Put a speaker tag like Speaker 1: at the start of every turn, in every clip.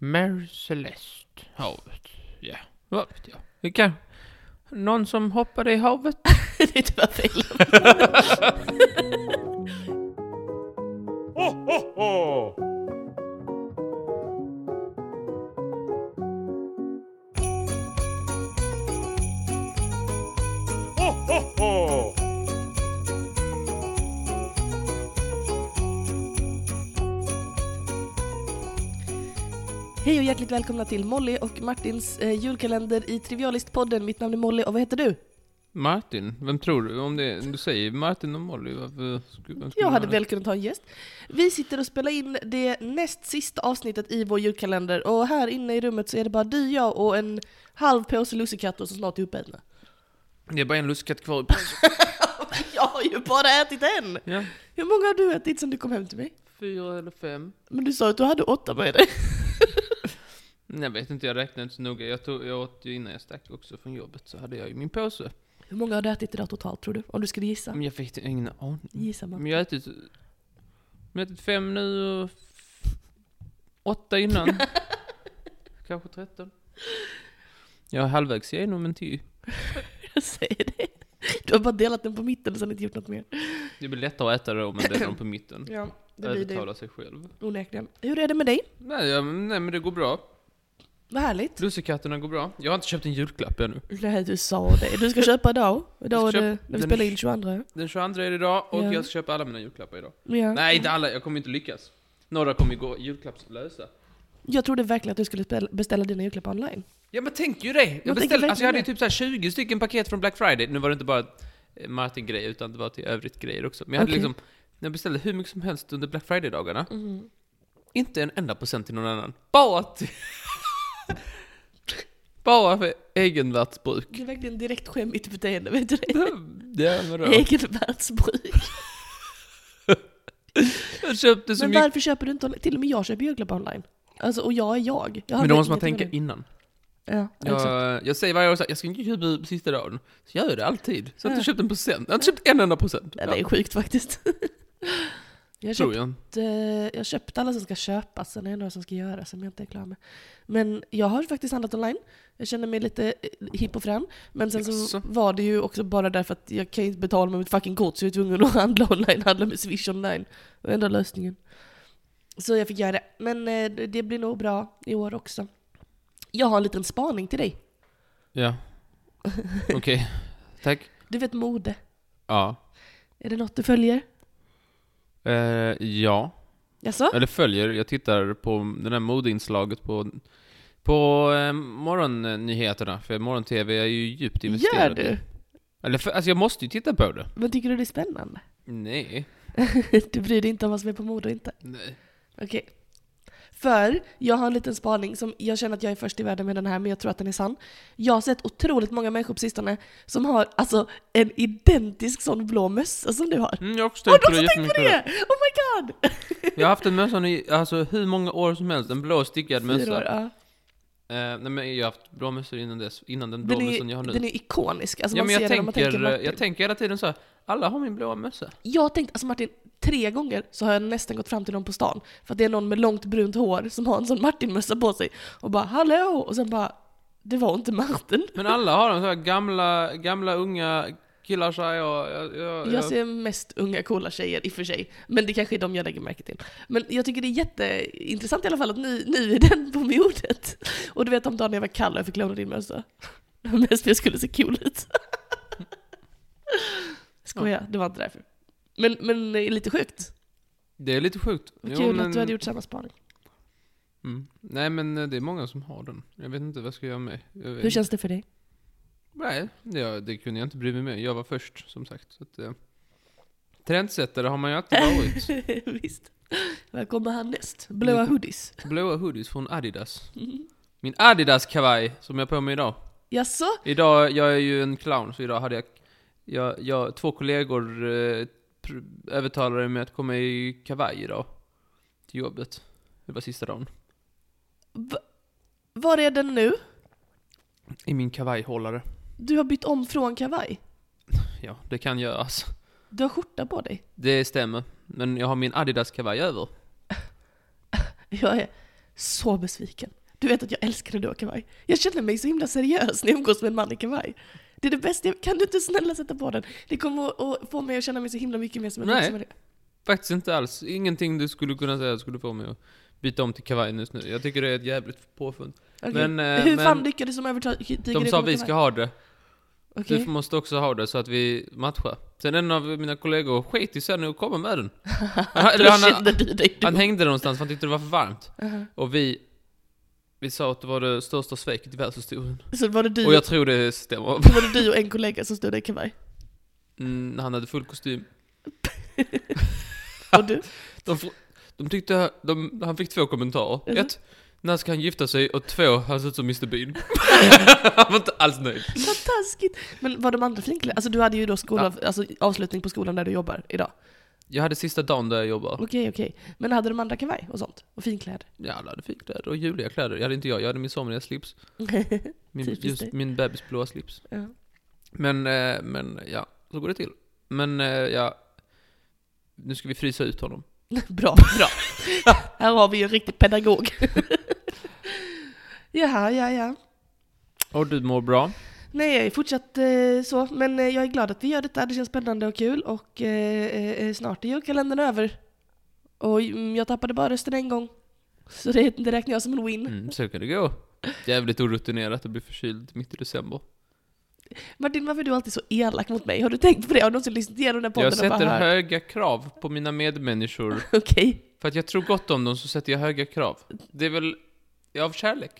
Speaker 1: Mary Celeste. Havet. Ja, vad vet jag. Det kan... Någon som hoppade i havet?
Speaker 2: det är tyvärr fel. Hej och hjärtligt välkomna till Molly och Martins eh, julkalender i Trivialistpodden. Mitt namn är Molly och vad heter du?
Speaker 1: Martin? Vem tror du? Om det, om du säger Martin och Molly, varför skulle, vem skulle
Speaker 2: Jag hade
Speaker 1: man-
Speaker 2: väl kunnat ha en gäst. Vi sitter och spelar in det näst sista avsnittet i vår julkalender och här inne i rummet så är det bara du, jag och en halv påse lussekatter som snart är uppätna.
Speaker 1: Det är bara en lussekatt kvar i påsen.
Speaker 2: Jag har ju bara ätit en!
Speaker 1: Ja.
Speaker 2: Hur många har du ätit sen du kom hem till mig?
Speaker 1: Fyra eller fem.
Speaker 2: Men du sa att du hade åtta med dig.
Speaker 1: Nej, Jag vet inte, jag räknade inte så noga. Jag, tog, jag åt ju innan jag stack också från jobbet, så hade jag ju min påse.
Speaker 2: Hur många har du ätit idag totalt tror du? Om du skulle gissa?
Speaker 1: Men jag fick ingen aning.
Speaker 2: Gissa man.
Speaker 1: Men jag har ätit... Jag har ätit fem nu och... f- Åtta innan. Kanske tretton. Jag är halvvägs igenom en till.
Speaker 2: Jag säger det. Du har bara delat den på mitten och sen inte gjort något mer.
Speaker 1: Det blir lättare att äta då om man delar dem på mitten.
Speaker 2: Ja, det blir
Speaker 1: Övertala
Speaker 2: det
Speaker 1: sig själv.
Speaker 2: onekligen. Hur är det med dig?
Speaker 1: Nej, ja, men- nej, men det går bra.
Speaker 2: Vad härligt.
Speaker 1: Lussekatterna går bra. Jag har inte köpt en julklapp ännu.
Speaker 2: Nej, du sa det. Du ska köpa idag. Idag
Speaker 1: Jag
Speaker 2: är
Speaker 1: ska
Speaker 2: det,
Speaker 1: köpa
Speaker 2: när vi
Speaker 1: den-
Speaker 2: spelar in 22.
Speaker 1: Den 22 är det idag och
Speaker 2: Ja.
Speaker 1: jag ska köpa alla mina julklappar idag.
Speaker 2: Ja.
Speaker 1: Nej, inte alla. Jag kommer inte lyckas. Några kommer ju gå julklappslösa.
Speaker 2: Jag trodde verkligen att du skulle spela- beställa dina julklappar online.
Speaker 1: Ja men tänk ju det!
Speaker 2: tänker
Speaker 1: Jag, beställde, alltså, jag hade ju
Speaker 2: verkligen
Speaker 1: typ så här 20 stycken paket från Black Friday. Nu var det inte bara eh, Martin-grejer, utan det var till övrigt grejer också. Men jag hade
Speaker 2: Okej.
Speaker 1: liksom, jag beställde hur mycket som helst under Black Friday-dagarna.
Speaker 2: Mm.
Speaker 1: Inte en enda procent till någon annan. Bara till... bara för egenvärldsbruk.
Speaker 2: Det är verkligen direkt skämmigt beteende, vet du det?
Speaker 1: ja, vadå?
Speaker 2: Egenvärldsbruk.
Speaker 1: Jag köpte så
Speaker 2: Men
Speaker 1: mycket.
Speaker 2: varför köper du inte online? Till och med jag köper julklappar online. Alltså, och jag är jag. jag
Speaker 1: Men då måste man
Speaker 2: inget med
Speaker 1: tänka
Speaker 2: det.
Speaker 1: innan.
Speaker 2: Ja, exakt.
Speaker 1: Jag, jag säger varje år så här, jag ska inte köpa på sista dagen. Så gör jag det alltid. Så jag har inte köpt en procent. Jag har inte köpt en enda procent.
Speaker 2: Det är
Speaker 1: Ja,
Speaker 2: sjukt faktiskt. Jag köpte
Speaker 1: tror jag.
Speaker 2: eh, jag har köpt alla som ska köpas, sen är det några som ska göras som jag inte är klar med. Men jag har faktiskt handlat online. Jag känner mig lite eh, hipp och fram. Men sen så
Speaker 1: Jaså?
Speaker 2: var det ju också bara därför att jag kan ju inte betala med mitt fucking kort så jag är tvungen att handla online, handla med Swish online. Det var enda lösningen. Så jag fick göra det. Men eh, det- det blir nog bra i år också. Jag har en liten spaning till dig.
Speaker 1: Ja. Okej. Tack.
Speaker 2: Du vet mode.
Speaker 1: Ja.
Speaker 2: Är det något du följer?
Speaker 1: Eh, ja.
Speaker 2: Jaså?
Speaker 1: Eller följer. Jag tittar på det där modeinslaget på, på eh, morgonnyheterna. För morgon-tv är ju djupt investerad.
Speaker 2: Gör du?
Speaker 1: Eller för, alltså jag måste ju titta på det.
Speaker 2: Men tycker du det är spännande?
Speaker 1: Nej.
Speaker 2: Du bryr dig inte om vad som är på mode och inte?
Speaker 1: Nej.
Speaker 2: Okej. För jag har en liten spaning som jag känner att jag är först i världen med den här, men jag tror att den är sann. Jag har sett otroligt många människor på sistone som har alltså en identisk sån blå mössa som du har.
Speaker 1: Mm, jag har också
Speaker 2: Har
Speaker 1: tänkt
Speaker 2: du
Speaker 1: på det
Speaker 2: också tänkt på
Speaker 1: jättemycket.
Speaker 2: det? Oh my god!
Speaker 1: Jag har haft en mössa i alltså, hur många år som helst. En blå stickad
Speaker 2: Fyra
Speaker 1: mössa.
Speaker 2: år, ja.
Speaker 1: Eh, nej men jag har haft blå mössor innan dess, innan den blå
Speaker 2: Den
Speaker 1: mössan jag har
Speaker 2: är,
Speaker 1: nu.
Speaker 2: den är ikonisk. Alltså
Speaker 1: ja
Speaker 2: man
Speaker 1: men jag
Speaker 2: ser den om man
Speaker 1: tänker, eh,
Speaker 2: tänker Martin.
Speaker 1: jag tänker hela tiden så här, alla har min blåa mössa.
Speaker 2: Jag har tänkt, alltså Martin, tre gånger så har jag nästan gått fram till någon på stan. För att det är någon med långt brunt hår som har en sån Martin-mössa på sig. Och bara hallå! Och sen bara, det var inte Martin.
Speaker 1: Men alla har de så här gamla, gamla unga killar tjejer och jag, jag,
Speaker 2: Jag ser mest unga coola tjejer i och för sig, men det kanske är de jag lägger märke till. Men jag tycker det är jätteintressant i alla fall att nu, nu är den på modet. Och du vet om dagen jag var kall och jag fick låna din mössa. Mest för jag skulle se cool ut. Skoja, det var inte därför. Men, men det är lite sjukt.
Speaker 1: Det är lite sjukt.
Speaker 2: Vad
Speaker 1: Jo,
Speaker 2: kul
Speaker 1: men-
Speaker 2: att du hade gjort samma spaning.
Speaker 1: Mm. Nej men eh, det är många som har den. Jag vet inte vad jag ska göra med. Jag vet...
Speaker 2: Hur känns det för dig?
Speaker 1: Nej, det, det kunde jag inte bry mig med. Jag var först som sagt. Så att, eh, trendsättare har man ju alltid varit.
Speaker 2: Visst. Vad kommer härnäst? Blåa hoodies.
Speaker 1: Blåa hoodies från Adidas. Min Adidas-kavaj som jag har på mig idag.
Speaker 2: Jaså?
Speaker 1: Idag, jag är ju en clown, så idag hade jag, jag, jag två kollegor eh, pr- övertalade mig att komma i kavaj idag. Till jobbet. Det var sista dagen.
Speaker 2: Va- Var är den nu?
Speaker 1: I min kavajhållare.
Speaker 2: Du har bytt om från kavaj.
Speaker 1: Ja, det kan alltså. göras.
Speaker 2: Du har skjorta på dig.
Speaker 1: Det stämmer. Men jag har min Adidas-kavaj över.
Speaker 2: Jag är, så besviken. Du vet att jag älskar när du har kavaj. Jag känner mig så himla seriös när jag umgås med en man i kavaj. Det är det bästa jag... Kan du inte snälla sätta på den? Det kommer att- att få mig att känna mig så himla mycket mer som en
Speaker 1: Nej.
Speaker 2: vuxen människa.
Speaker 1: Faktiskt inte alls. Ingenting du skulle kunna säga skulle få mig att byta om till kavaj just nu. Jag tycker det är ett jävligt påfund.
Speaker 2: Okej.
Speaker 1: Men, eh,
Speaker 2: Hur fan
Speaker 1: men-
Speaker 2: lyckades de övertyga dig?
Speaker 1: De sa vi ska ha det.
Speaker 2: Okej.
Speaker 1: Du måste också ha det så att vi matchar. Sen en av mina kollegor sket i sen och komma med den. Han-
Speaker 2: Då
Speaker 1: Eller han,
Speaker 2: kände du dig
Speaker 1: han
Speaker 2: dum.
Speaker 1: hängde någonstans för han tyckte det var för varmt.
Speaker 2: Aha.
Speaker 1: Och vi, vi sa att det var det största sveket i världshistorien.
Speaker 2: Så var det, du,
Speaker 1: Och jag tror det stämmer.
Speaker 2: var det du och en kollega som stod där i kavaj?
Speaker 1: Mm, han hade full kostym.
Speaker 2: Och du?
Speaker 1: De, fr- de tyckte, de, han fick två kommentarer.
Speaker 2: Mhm.
Speaker 1: Ett, när ska han gifta sig? Och två, han ser ut som Mr Bean. han var inte alls nöjd.
Speaker 2: Fantastiskt! Men var de andra finkliga? Alltså du hade ju då skola, alltså, avslutning på skolan där du jobbar idag.
Speaker 1: Jag hade sista dagen där jag jobbar.
Speaker 2: Okej, okej. Men hade de andra kavaj och sånt? Och finkläder?
Speaker 1: Jag hade finkläder och juliga kläder. Jag hade inte jag, jag hade min somriga slips. Min,
Speaker 2: Typiskt dig.
Speaker 1: just min bebisblåa slips.
Speaker 2: ja.
Speaker 1: Men, eh, men ja, så går det till. Men eh, ja, nu ska vi frysa ut honom.
Speaker 2: Bra, bra. Här har vi ju en riktig pedagog. Jaha, ja, ja.
Speaker 1: Och du mår bra?
Speaker 2: Nej, jag är fortsatt eh, så, men eh, jag är glad att vi gör detta. Det känns spännande och kul och eh, eh, eh, snart är julkalendern över. Och mm, jag tappade bara rösten en gång. Så det, det räknar jag som en win.
Speaker 1: Mm, så kan det gå. Jävligt orutinerat att bli förkyld mitt i december.
Speaker 2: Martin, varför är du alltid så elak mot mig? Har du tänkt på det? Har du någonsin lyssnat igenom den här podden
Speaker 1: Jag sätter
Speaker 2: och bara hört?
Speaker 1: höga krav på mina medmänniskor.
Speaker 2: Okej,
Speaker 1: För att jag tror gott om dem så sätter jag höga krav. Det är väl ja, av kärlek?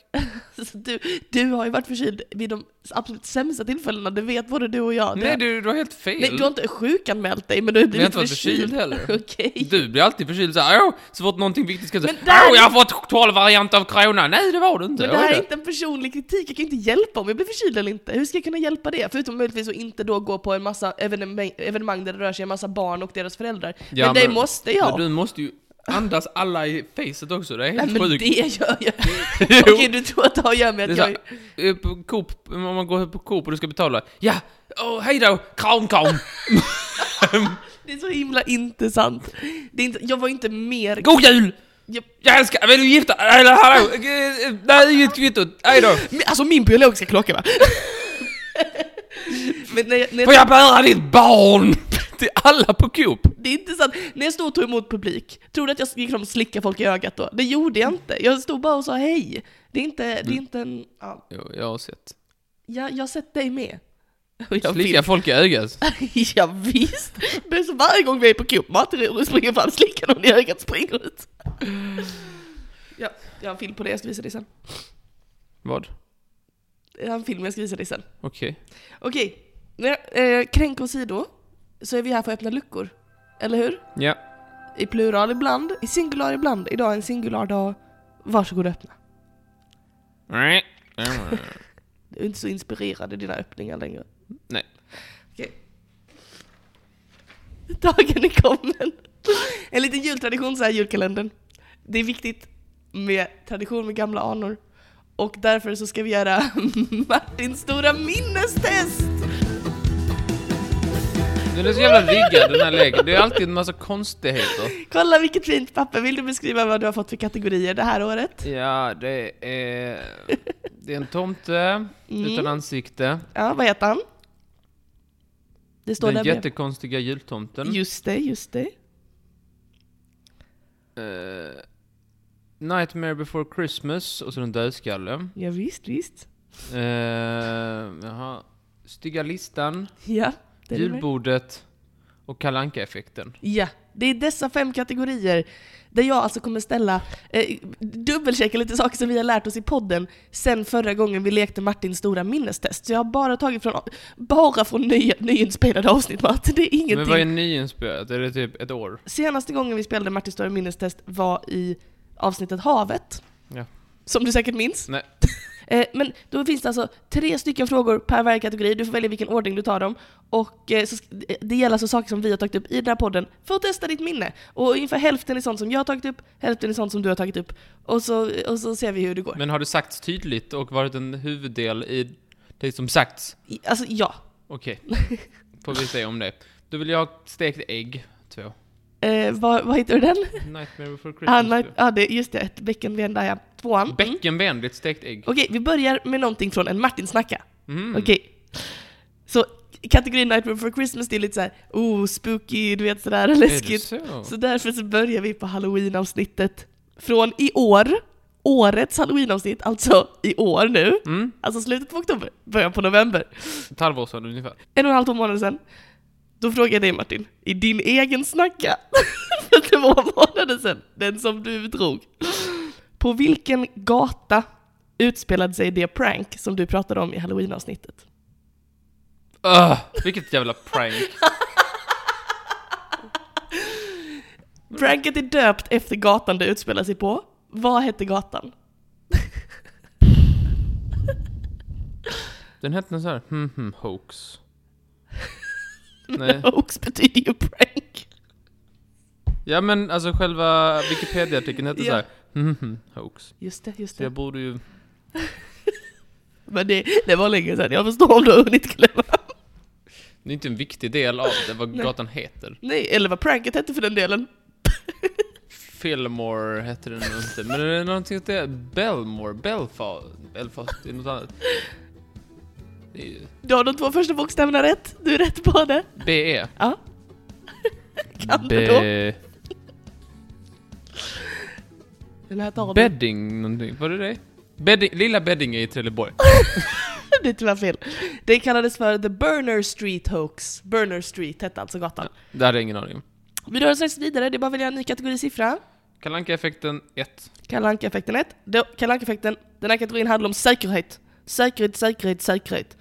Speaker 2: Så du, du har ju varit förkyld vid de absolut sämsta tillfällena, det vet både du och jag. Det-
Speaker 1: Nej, du, du har helt fel.
Speaker 2: Nej, du har inte sjukanmält dig, men du har
Speaker 1: Men jag har
Speaker 2: blivit
Speaker 1: inte varit förkyld heller.
Speaker 2: Okej.
Speaker 1: Du blir alltid förkyld såhär, åh, så fort någonting viktigt ska säga,
Speaker 2: Men där-
Speaker 1: åh, jag har fått 12 varianter av corona. Nej, det var du inte.
Speaker 2: Men det här
Speaker 1: Oj
Speaker 2: är
Speaker 1: då.
Speaker 2: inte en personlig kritik, jag kan inte hjälpa om jag blir förkyld eller inte. Hur ska jag kunna hjälpa det? Förutom möjligtvis att inte då gå på en massa evenemang, evenemang där det rör sig en massa barn och deras föräldrar.
Speaker 1: Ja,
Speaker 2: men det
Speaker 1: men-
Speaker 2: måste jag.
Speaker 1: Men du måste ju andas alla i facet också, det är
Speaker 2: Nej,
Speaker 1: helt
Speaker 2: men
Speaker 1: sjukt.
Speaker 2: det gör jag.
Speaker 1: Jo.
Speaker 2: Okej, du tror att det har att göra med
Speaker 1: Det är
Speaker 2: att
Speaker 1: så
Speaker 2: jag...
Speaker 1: här, eh, på Coop, om man går på Coop och du ska betala, ja, åh, hej då, kram, kram,
Speaker 2: Det är så himla inte sant. Det är inte, jag var inte mer...
Speaker 1: god jul!
Speaker 2: Jag,
Speaker 1: Jag älskar, vill du gifta Äh, Eller hallå, eh, eh, nej, inget kvitto, hej då!
Speaker 2: Men, alltså min biologiska klocka va? men när jag, när jag
Speaker 1: Får jag bära ditt barn? Till alla på Coop?
Speaker 2: Det är inte sant. När jag stod och tog emot publik, tror du att jag gick fram och slickade folk i ögat då? Det gjorde jag inte. Jag stod bara och sa hej. Det är inte, det är inte en... Ja,
Speaker 1: Jo, jag har sett.
Speaker 2: jag, jag har sett dig med. Och jag
Speaker 1: Slicka folk i ögat.
Speaker 2: visst. ja, visst. Men så varje gång vi är på Coop Martin och springer fram, slickar någon i ögat, springer ut. Ja, jag har en film på det, jag ska visa dig sen.
Speaker 1: Vad?
Speaker 2: Jag har en film, jag ska visa dig sen.
Speaker 1: Okej.
Speaker 2: Okej, okay. eh, kränk åsido, så är vi här för att öppna luckor. Eller hur?
Speaker 1: Ja.
Speaker 2: I plural ibland, i singular ibland. Idag är en singular dag. Varsågod och öppna.
Speaker 1: Nej.
Speaker 2: Du är inte så inspirerad i dina öppningar längre.
Speaker 1: Nej.
Speaker 2: Okej. Dagen är kommen. En liten jultradition så här i julkalendern. Det är viktigt med tradition med gamla anor. Och därför så ska vi göra Martins stora minnestest!
Speaker 1: Den är så jävla riggad den här leken. Det är alltid en massa konstigheter.
Speaker 2: Kolla vilket fint papper. Vill du beskriva vad du har fått för kategorier det här året?
Speaker 1: Ja, det är... Det är en tomte
Speaker 2: Mm.
Speaker 1: utan ansikte.
Speaker 2: Ja, vad heter han? Det står där
Speaker 1: Den
Speaker 2: med.
Speaker 1: jättekonstiga jultomten.
Speaker 2: Just det, just det.
Speaker 1: Eh, Nightmare before Christmas och så den dödskalle.
Speaker 2: Ja, visst, visst.
Speaker 1: Uh, Eh, jaha. Stygga listan,
Speaker 2: Ja, det är det med.
Speaker 1: julbordet och kalanka effekten
Speaker 2: Ja, det är dessa fem kategorier där jag alltså kommer ställa, eh, dubbelchecka lite saker som vi har lärt oss i podden sen förra gången vi lekte Martins stora minnestest. Så jag har bara tagit från, bara från nya, nyinspelade avsnitt Martin, det är
Speaker 1: Men
Speaker 2: ingenting.
Speaker 1: vad är nyinspelat? Är det typ ett år?
Speaker 2: Senaste gången vi spelade Martins stora minnestest var i avsnittet Havet.
Speaker 1: Ja.
Speaker 2: Som du säkert minns.
Speaker 1: Nej.
Speaker 2: Eh, Men då finns det alltså tre stycken frågor per varje kategori, du får välja vilken ordning du tar dem. Och eh, så, sk- eh, det gäller alltså saker som vi har tagit upp i den här podden för att testa ditt minne. Och ungefär hälften är sånt som jag har tagit upp, hälften är sånt som du har tagit upp. Och så, och så ser vi hur det går.
Speaker 1: Men har det sagts tydligt och varit en huvuddel i det som sagts?
Speaker 2: I- Alltså ja.
Speaker 1: Okej. Får vi se om det. Då vill jag ha stekt ägg. Två.
Speaker 2: Eh, vad, vad heter den?
Speaker 1: Nightmare before
Speaker 2: Ah,
Speaker 1: Christmas.
Speaker 2: nej,
Speaker 1: tror
Speaker 2: ah, det, just det, ett bäckenvända ja. Tvåan.
Speaker 1: jag.
Speaker 2: Mm.
Speaker 1: Bäckenvänligt stekt ägg.
Speaker 2: Okej, vi börjar med någonting från en Martinsnacka.
Speaker 1: Mm.
Speaker 2: Okej. Så kategorin Nightmare for Christmas det är lite såhär, oh spooky, du vet sådär
Speaker 1: Är det
Speaker 2: läskigt.
Speaker 1: så?
Speaker 2: Så därför så börjar vi på halloween-avsnittet från i år. Årets halloween-avsnitt, alltså i år nu.
Speaker 1: Mm.
Speaker 2: Alltså slutet på oktober, början på november.
Speaker 1: Ett halvår sedan ungefär.
Speaker 2: En och en halv, två månader sedan. Då frågade jag dig Martin, i din egen snacka, för två månader sedan, den som du drog. På vilken gata utspelade sig det prank som du pratade om i halloween-avsnittet?
Speaker 1: Öh, vilket jävla prank.
Speaker 2: Pranket är döpt efter gatan det utspelar sig på. Vad hette gatan?
Speaker 1: Den hette något så här. Hmm, hmm, hoax. Nej.
Speaker 2: Hoax betyder ju prank.
Speaker 1: Ja men alltså själva Wikipedia-artikeln hette så här. Hmm, hmm, hoax.
Speaker 2: Just det, just
Speaker 1: Så jag
Speaker 2: det.
Speaker 1: borde ju...
Speaker 2: Men det, det var länge sedan, jag förstår om du har hunnit glömma.
Speaker 1: Det är inte en viktig del av det, vad
Speaker 2: Nej.
Speaker 1: gatan heter.
Speaker 2: Nej, eller vad pranket hette för den delen.
Speaker 1: Fillmore hette den nog inte, men det är någonting åt det. Belmore, Belfast, Belfast, det är något annat. Det är ju-
Speaker 2: Du har de två första bokstäverna rätt, du är rätt på det.
Speaker 1: BE.
Speaker 2: Ja. Kan du då?
Speaker 1: Be...
Speaker 2: Den här tar du.
Speaker 1: Bedding någonting, var det det? Bedding, lilla Beddinge i Trelleborg.
Speaker 2: Det är tyvärr fel. Det kallades för The Burner Street Hoax. Burner Street hette alltså gatan.
Speaker 1: Det hade jag ingen aning om.
Speaker 2: Vi rör oss strax vidare, det är bara att välja en ny kategorisiffra.
Speaker 1: Kalle Anka-effekten 1.
Speaker 2: Kalle Anka-effekten 1. Då- Kalle Anka-effekten, den här kategorin handlar om säkerhet. Säkerhet, säkerhet, säkerhet.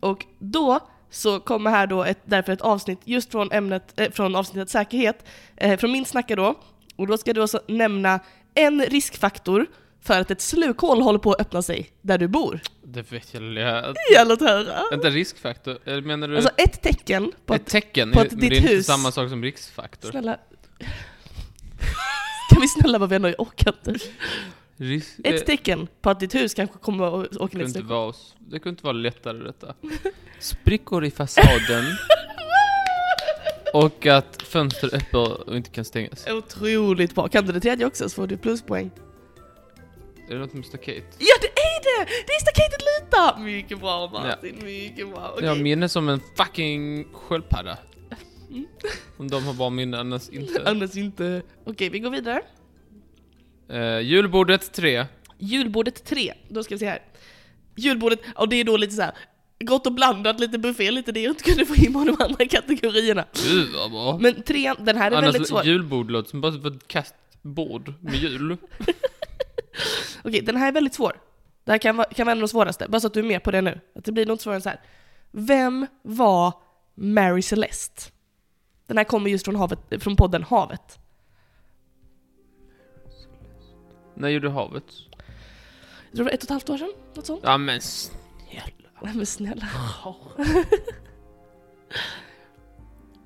Speaker 2: Och då så kommer här då ett, därför ett avsnitt just från, ämnet, eh, från avsnittet säkerhet, eh, från min snacka då. Och då ska du också nämna en riskfaktor för att ett slukhål håller på att öppna sig där du bor.
Speaker 1: Det vet jag
Speaker 2: Gäller att höra.
Speaker 1: Vänta, riskfaktor? Eller menar du
Speaker 2: Alltså ett tecken på
Speaker 1: ett
Speaker 2: att...
Speaker 1: tecken?
Speaker 2: på att
Speaker 1: men
Speaker 2: ditt
Speaker 1: det är inte
Speaker 2: hus-
Speaker 1: samma sak som riskfaktor.
Speaker 2: Snälla. Kan vi snälla vara vänner? Jag orkar inte.
Speaker 1: Ris-
Speaker 2: Ett tecken liksom. på att ditt hus kanske kommer att åka
Speaker 1: Det kunde,
Speaker 2: ner
Speaker 1: inte
Speaker 2: i
Speaker 1: vara, s- det kunde inte vara lättare detta. Sprickor i fasaden och att fönster är öppna och inte kan stängas.
Speaker 2: Otroligt bra. Kan du det tredje också så får du pluspoäng.
Speaker 1: Är det något med staket?
Speaker 2: Ja det är det! Det är staketet lutar! Mycket bra Martin, mycket bra. Okej.
Speaker 1: Jag har minne som en fucking sköldpadda.
Speaker 2: Mm.
Speaker 1: Om de har bra minne, annars inte.
Speaker 2: Annars inte. Okej vi går vidare.
Speaker 1: Eh, julbordet 3.
Speaker 2: Julbordet 3. Då ska vi se här. Julbordet, och det är då lite så här. Gott och blandat, lite buffé, lite det jag inte kunde få in på de andra kategorierna.
Speaker 1: Gud vad bra.
Speaker 2: Men trean, den här är väldigt
Speaker 1: Annars
Speaker 2: svår.
Speaker 1: julbord låter som bara ett kastbord med jul.
Speaker 2: Okej, den här är väldigt svår. Det här kan vara, kan vara en av de svåraste, bara så att du är med på det nu. Att det blir något svårare än så här. Vem var Mary Celeste? Den här kommer just från, havet, från podden Havet.
Speaker 1: När gjorde havet?
Speaker 2: Jag tror det var ett och ett halvt år sedan, något sånt.
Speaker 1: Ja men snälla.
Speaker 2: Nej men snälla.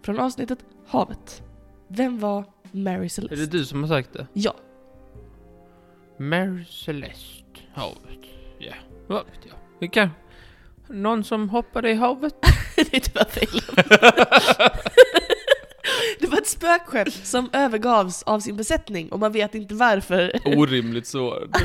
Speaker 2: Från avsnittet Havet. Vem var Mary
Speaker 1: Är det
Speaker 2: Celeste?
Speaker 1: du som har sagt det?
Speaker 2: Ja,
Speaker 1: Mary Celeste, havet. Ja, vad vet jag. Vi kan... Någon som hoppade i havet?
Speaker 2: det är tyvärr fel. Det var ett spökskepp som övergavs av sin besättning och man vet inte varför.
Speaker 1: Orimligt svårt.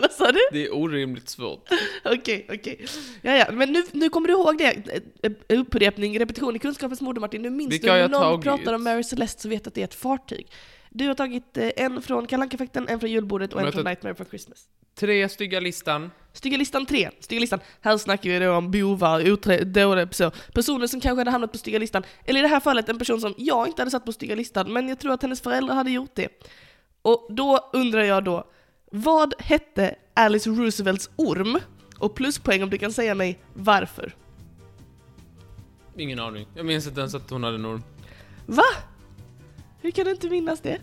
Speaker 2: Vad sa du?
Speaker 1: Det är orimligt svårt.
Speaker 2: Okej, okej. Ja, ja, men nu, nu kommer du ihåg det. Eh, eh, Upprepning, repetition i kunskapens moder Martin. Nu minns
Speaker 1: Vilka
Speaker 2: du
Speaker 1: har
Speaker 2: när
Speaker 1: jag
Speaker 2: någon
Speaker 1: tagit?
Speaker 2: pratar om Mary Celeste så vet att det är ett fartyg. Du har tagit eh, en från Kalle Anka-effekten, en från julbordet och
Speaker 1: Men
Speaker 2: en
Speaker 1: jag
Speaker 2: från
Speaker 1: tar-
Speaker 2: Nightmare for Christmas.
Speaker 1: Tre stygga listan.
Speaker 2: Stygga listan 3. Stygga listan. Här snackar vi då om bovar, otre- dåre, så. Personer som kanske hade hamnat på stygga listan. Eller i det här fallet en person som jag inte hade satt på stygga listan, men jag tror att hennes föräldrar hade gjort det. Och då undrar jag då, vad hette Alice Roosevelts orm? Och pluspoäng om du kan säga mig varför.
Speaker 1: Ingen aning. Jag minns inte ens att hon hade en orm.
Speaker 2: Va? Hur kan du inte minnas det?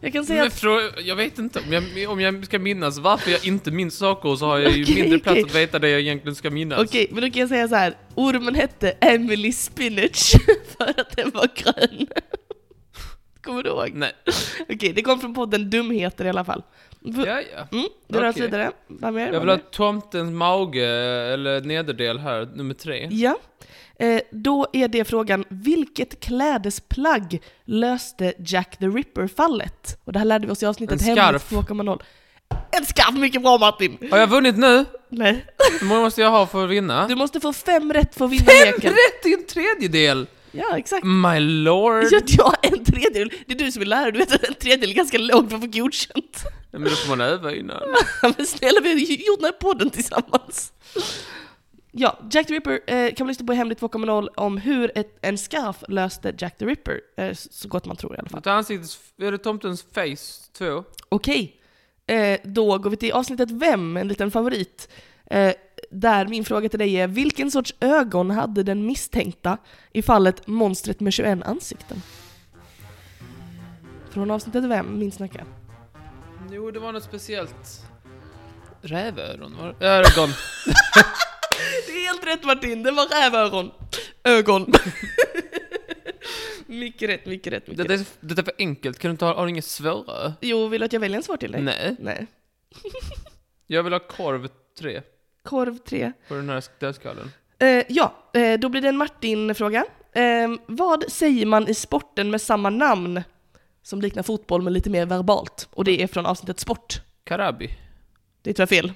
Speaker 2: Jag kan säga
Speaker 1: Men
Speaker 2: att
Speaker 1: frå- jag vet inte. Om jag, om jag ska minnas varför jag inte minns saker så har jag ju
Speaker 2: Okej,
Speaker 1: mindre plats
Speaker 2: okej.
Speaker 1: att veta det jag egentligen ska minnas.
Speaker 2: Okej, men då kan jag säga så här. Ormen hette Emily Spinach för att den var grön. Kommer du ihåg?
Speaker 1: Nej.
Speaker 2: Okej, det kom från podden Dumheter i alla fall. V-
Speaker 1: Ja, ja.
Speaker 2: Mm, vi rör oss
Speaker 1: Okej.
Speaker 2: vidare. Vad mer?
Speaker 1: Jag
Speaker 2: Vad
Speaker 1: vill ha
Speaker 2: mer?
Speaker 1: tomtens mage, eller nederdel här, nummer tre.
Speaker 2: Ja. Eh, då är det frågan, vilket klädesplagg löste Jack the Ripper-fallet? Och det här lärde vi oss i avsnittet
Speaker 1: En
Speaker 2: Hemligt
Speaker 1: scarf.
Speaker 2: 2.0. En scarf! Mycket bra Martin!
Speaker 1: Har jag vunnit nu?
Speaker 2: Nej.
Speaker 1: Hur många måste jag ha för att vinna?
Speaker 2: Du måste få fem rätt för att vinna leken.
Speaker 1: Rätt i en tredjedel!
Speaker 2: Ja, exakt.
Speaker 1: My lord!
Speaker 2: Ja, ja, en tredjedel. Det är du som är lärare, du vet att en tredjedel är ganska låg för att få godkänt.
Speaker 1: Men då får man öva innan.
Speaker 2: Men snälla, vi har ju gjort den här podden tillsammans. Ja, Jack the Ripper eh, kan man lyssna på i Hemligt 2.0 om hur ett, en scarf löste Jack the Ripper, eh, så så gott man tror i alla fall.
Speaker 1: Ett ansiktes... Är det tomtens face 2?
Speaker 2: Okej, eh, då går vi till avsnittet Vem, en liten favorit. Eh, där min fråga till dig är, vilken sorts ögon hade den misstänkta i fallet Monstret med 21 ansikten? Från avsnittet Vem, minns ni vilka?
Speaker 1: Jo, det var något speciellt. Rävöron? Var det? Öron.
Speaker 2: Det är helt rätt Martin, det var rävöron. Ögon. mycket rätt, mycket rätt, mycket
Speaker 1: Detta
Speaker 2: rätt.
Speaker 1: är, detta är för enkelt, kan du inte ha, har du inget svårare?
Speaker 2: Jo, vill du att jag väljer en svår till dig?
Speaker 1: Nej.
Speaker 2: Nej.
Speaker 1: Jag vill ha korv 3
Speaker 2: Korv 3.
Speaker 1: på den här dödskallen.
Speaker 2: Eh, ja, eh, då blir det en Martin-fråga. Eh, vad säger man i sporten med samma namn som liknar fotboll men lite mer verbalt? Och det är från avsnittet Sport.
Speaker 1: Karabi.
Speaker 2: Det är tyvärr fel.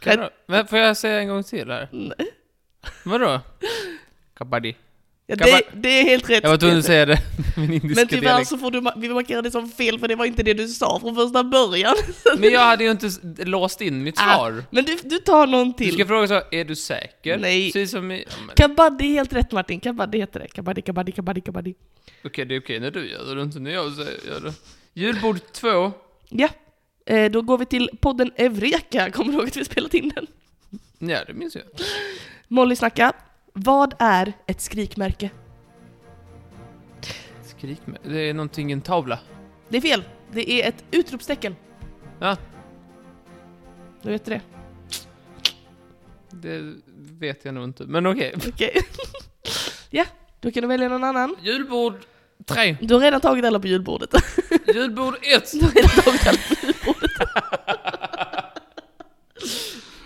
Speaker 1: Kara- Men får jag säga en gång till här?
Speaker 2: Nej.
Speaker 1: Vadå? Kabaddi.
Speaker 2: Ja,
Speaker 1: Kan
Speaker 2: det,
Speaker 1: man-
Speaker 2: det är helt rätt.
Speaker 1: Jag var tvungen att säga det, min indiska
Speaker 2: men typ alltså- tyvärr
Speaker 1: dialekt.
Speaker 2: så får du, ma- vi markera det som fel för det var inte det du sa från första början.
Speaker 1: Men jag hade ju inte s- låst in mitt
Speaker 2: Ah,
Speaker 1: svar.
Speaker 2: Men du, du tar någon
Speaker 1: Du
Speaker 2: till.
Speaker 1: ska fråga så, är du säker?
Speaker 2: Nej.
Speaker 1: Precis som i... Ja, men-
Speaker 2: Kabaddi är helt rätt Martin, kabaddi heter det. Kabaddi, kabaddi, kabaddi, kabaddi.
Speaker 1: Okej, det är okej när du gör det, det är inte när jag säger- gör det. Julbord 2.
Speaker 2: Ja, eh, då går vi till podden Eureka. Kommer du ihåg att vi spelat in den?
Speaker 1: Ja, det minns jag.
Speaker 2: Molly snacka. Vad är ett skrikmärke?
Speaker 1: Skrik med. Det är någonting i en tavla.
Speaker 2: Det är fel. Det är ett utropstecken.
Speaker 1: Ja,
Speaker 2: Du vet det.
Speaker 1: det vet jag nog inte. Men okej.
Speaker 2: Okej. ja, då kan du välja någon annan.
Speaker 1: Julbord 3.
Speaker 2: Du har redan tagit alla på julbordet.
Speaker 1: Julbord 1.
Speaker 2: Du har redan tagit alla på julbordet.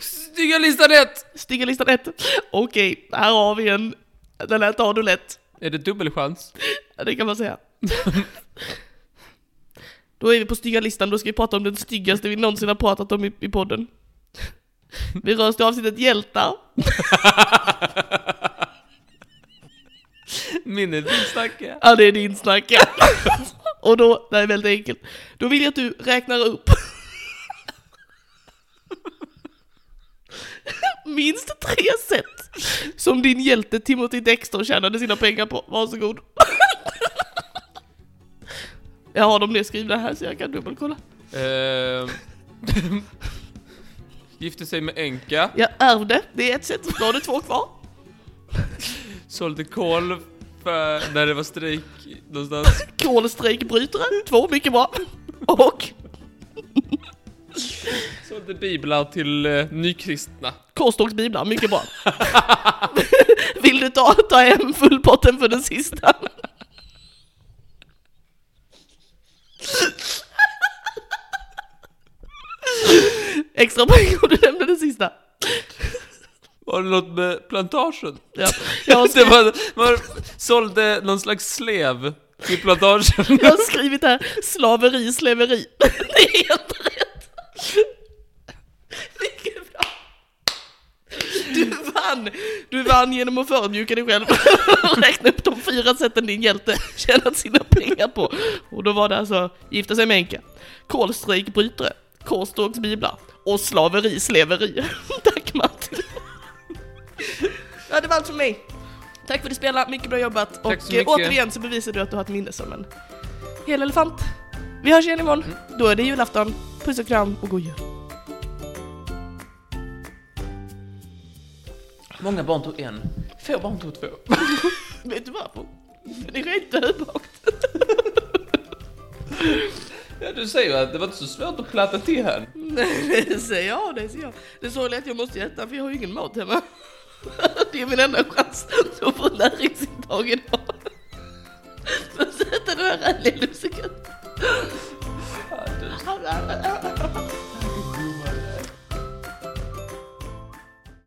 Speaker 1: Snygga listan 1.
Speaker 2: Stygga listan ett. Okej, här har vi en. Den här tar du lätt.
Speaker 1: Är det dubbelchans?
Speaker 2: Ja, Det kan man säga. Då är vi på stygga listan, då ska vi prata om den styggaste vi någonsin har pratat om i, i podden. Vi rör oss till avsnittet hjältar.
Speaker 1: Minnet vill snacka.
Speaker 2: Ja, det är din snack. ja. Och då, det här är väldigt enkelt. Då vill jag att du räknar upp. Minst tre sätt som din hjälte Timothy Dexter tjänade sina pengar på. Varsågod. Jag har dem nedskrivna här så jag kan dubbelkolla.
Speaker 1: Ehm. Gifte sig med änka.
Speaker 2: Jag ärvde, det är ett sätt. Då har du två kvar.
Speaker 1: Sålde kol för när det var strejk någonstans.
Speaker 2: Kolstrejkbrytare, två, mycket bra. Och
Speaker 1: Sålde biblar till eh, nykristna.
Speaker 2: korstågsbiblar, mycket bra. Vill du ta, ta hem fullpotten för den sista? Extra poäng om du nämnde den sista.
Speaker 1: Var det något med plantagen?
Speaker 2: Ja. Jag, har
Speaker 1: Ja, det
Speaker 2: skrivit,
Speaker 1: var, man sålde någon slags slev till plantagen.
Speaker 2: jag har skrivit här, slaveri, slaveri. Det är helt rätt. Mycket bra. Du vann! Du vann genom att förödmjuka dig själv och räkna upp de fyra sätten din hjälte tjänat sina pengar på. Och då var det alltså gifta sig med änka, kolstrejkbrytare, korstågsbiblar och slaveri, slaveri. Tack Martin! Ja, det var allt från mig. Tack för att du spelade, mycket bra jobbat.
Speaker 1: Tack
Speaker 2: och
Speaker 1: så
Speaker 2: eh,
Speaker 1: mycket.
Speaker 2: återigen så bevisar du att du har ett minne som en hel elefant. Vi hörs igen imorgon.
Speaker 1: Mm.
Speaker 2: Då är det julafton. Puss och kram och god jul.
Speaker 1: Många barn tog en, få barn tog två.
Speaker 2: Vet du varför? För det är rent dödbakt.
Speaker 1: Ja, du säger ju att det var inte så svårt att platta till här.
Speaker 2: Nej, det säger jag, det säger jag. Det sorgliga är att jag måste äta för jag har ju ingen mat hemma. Det är min enda chans att få näringsintag idag. Så sätter du här en lille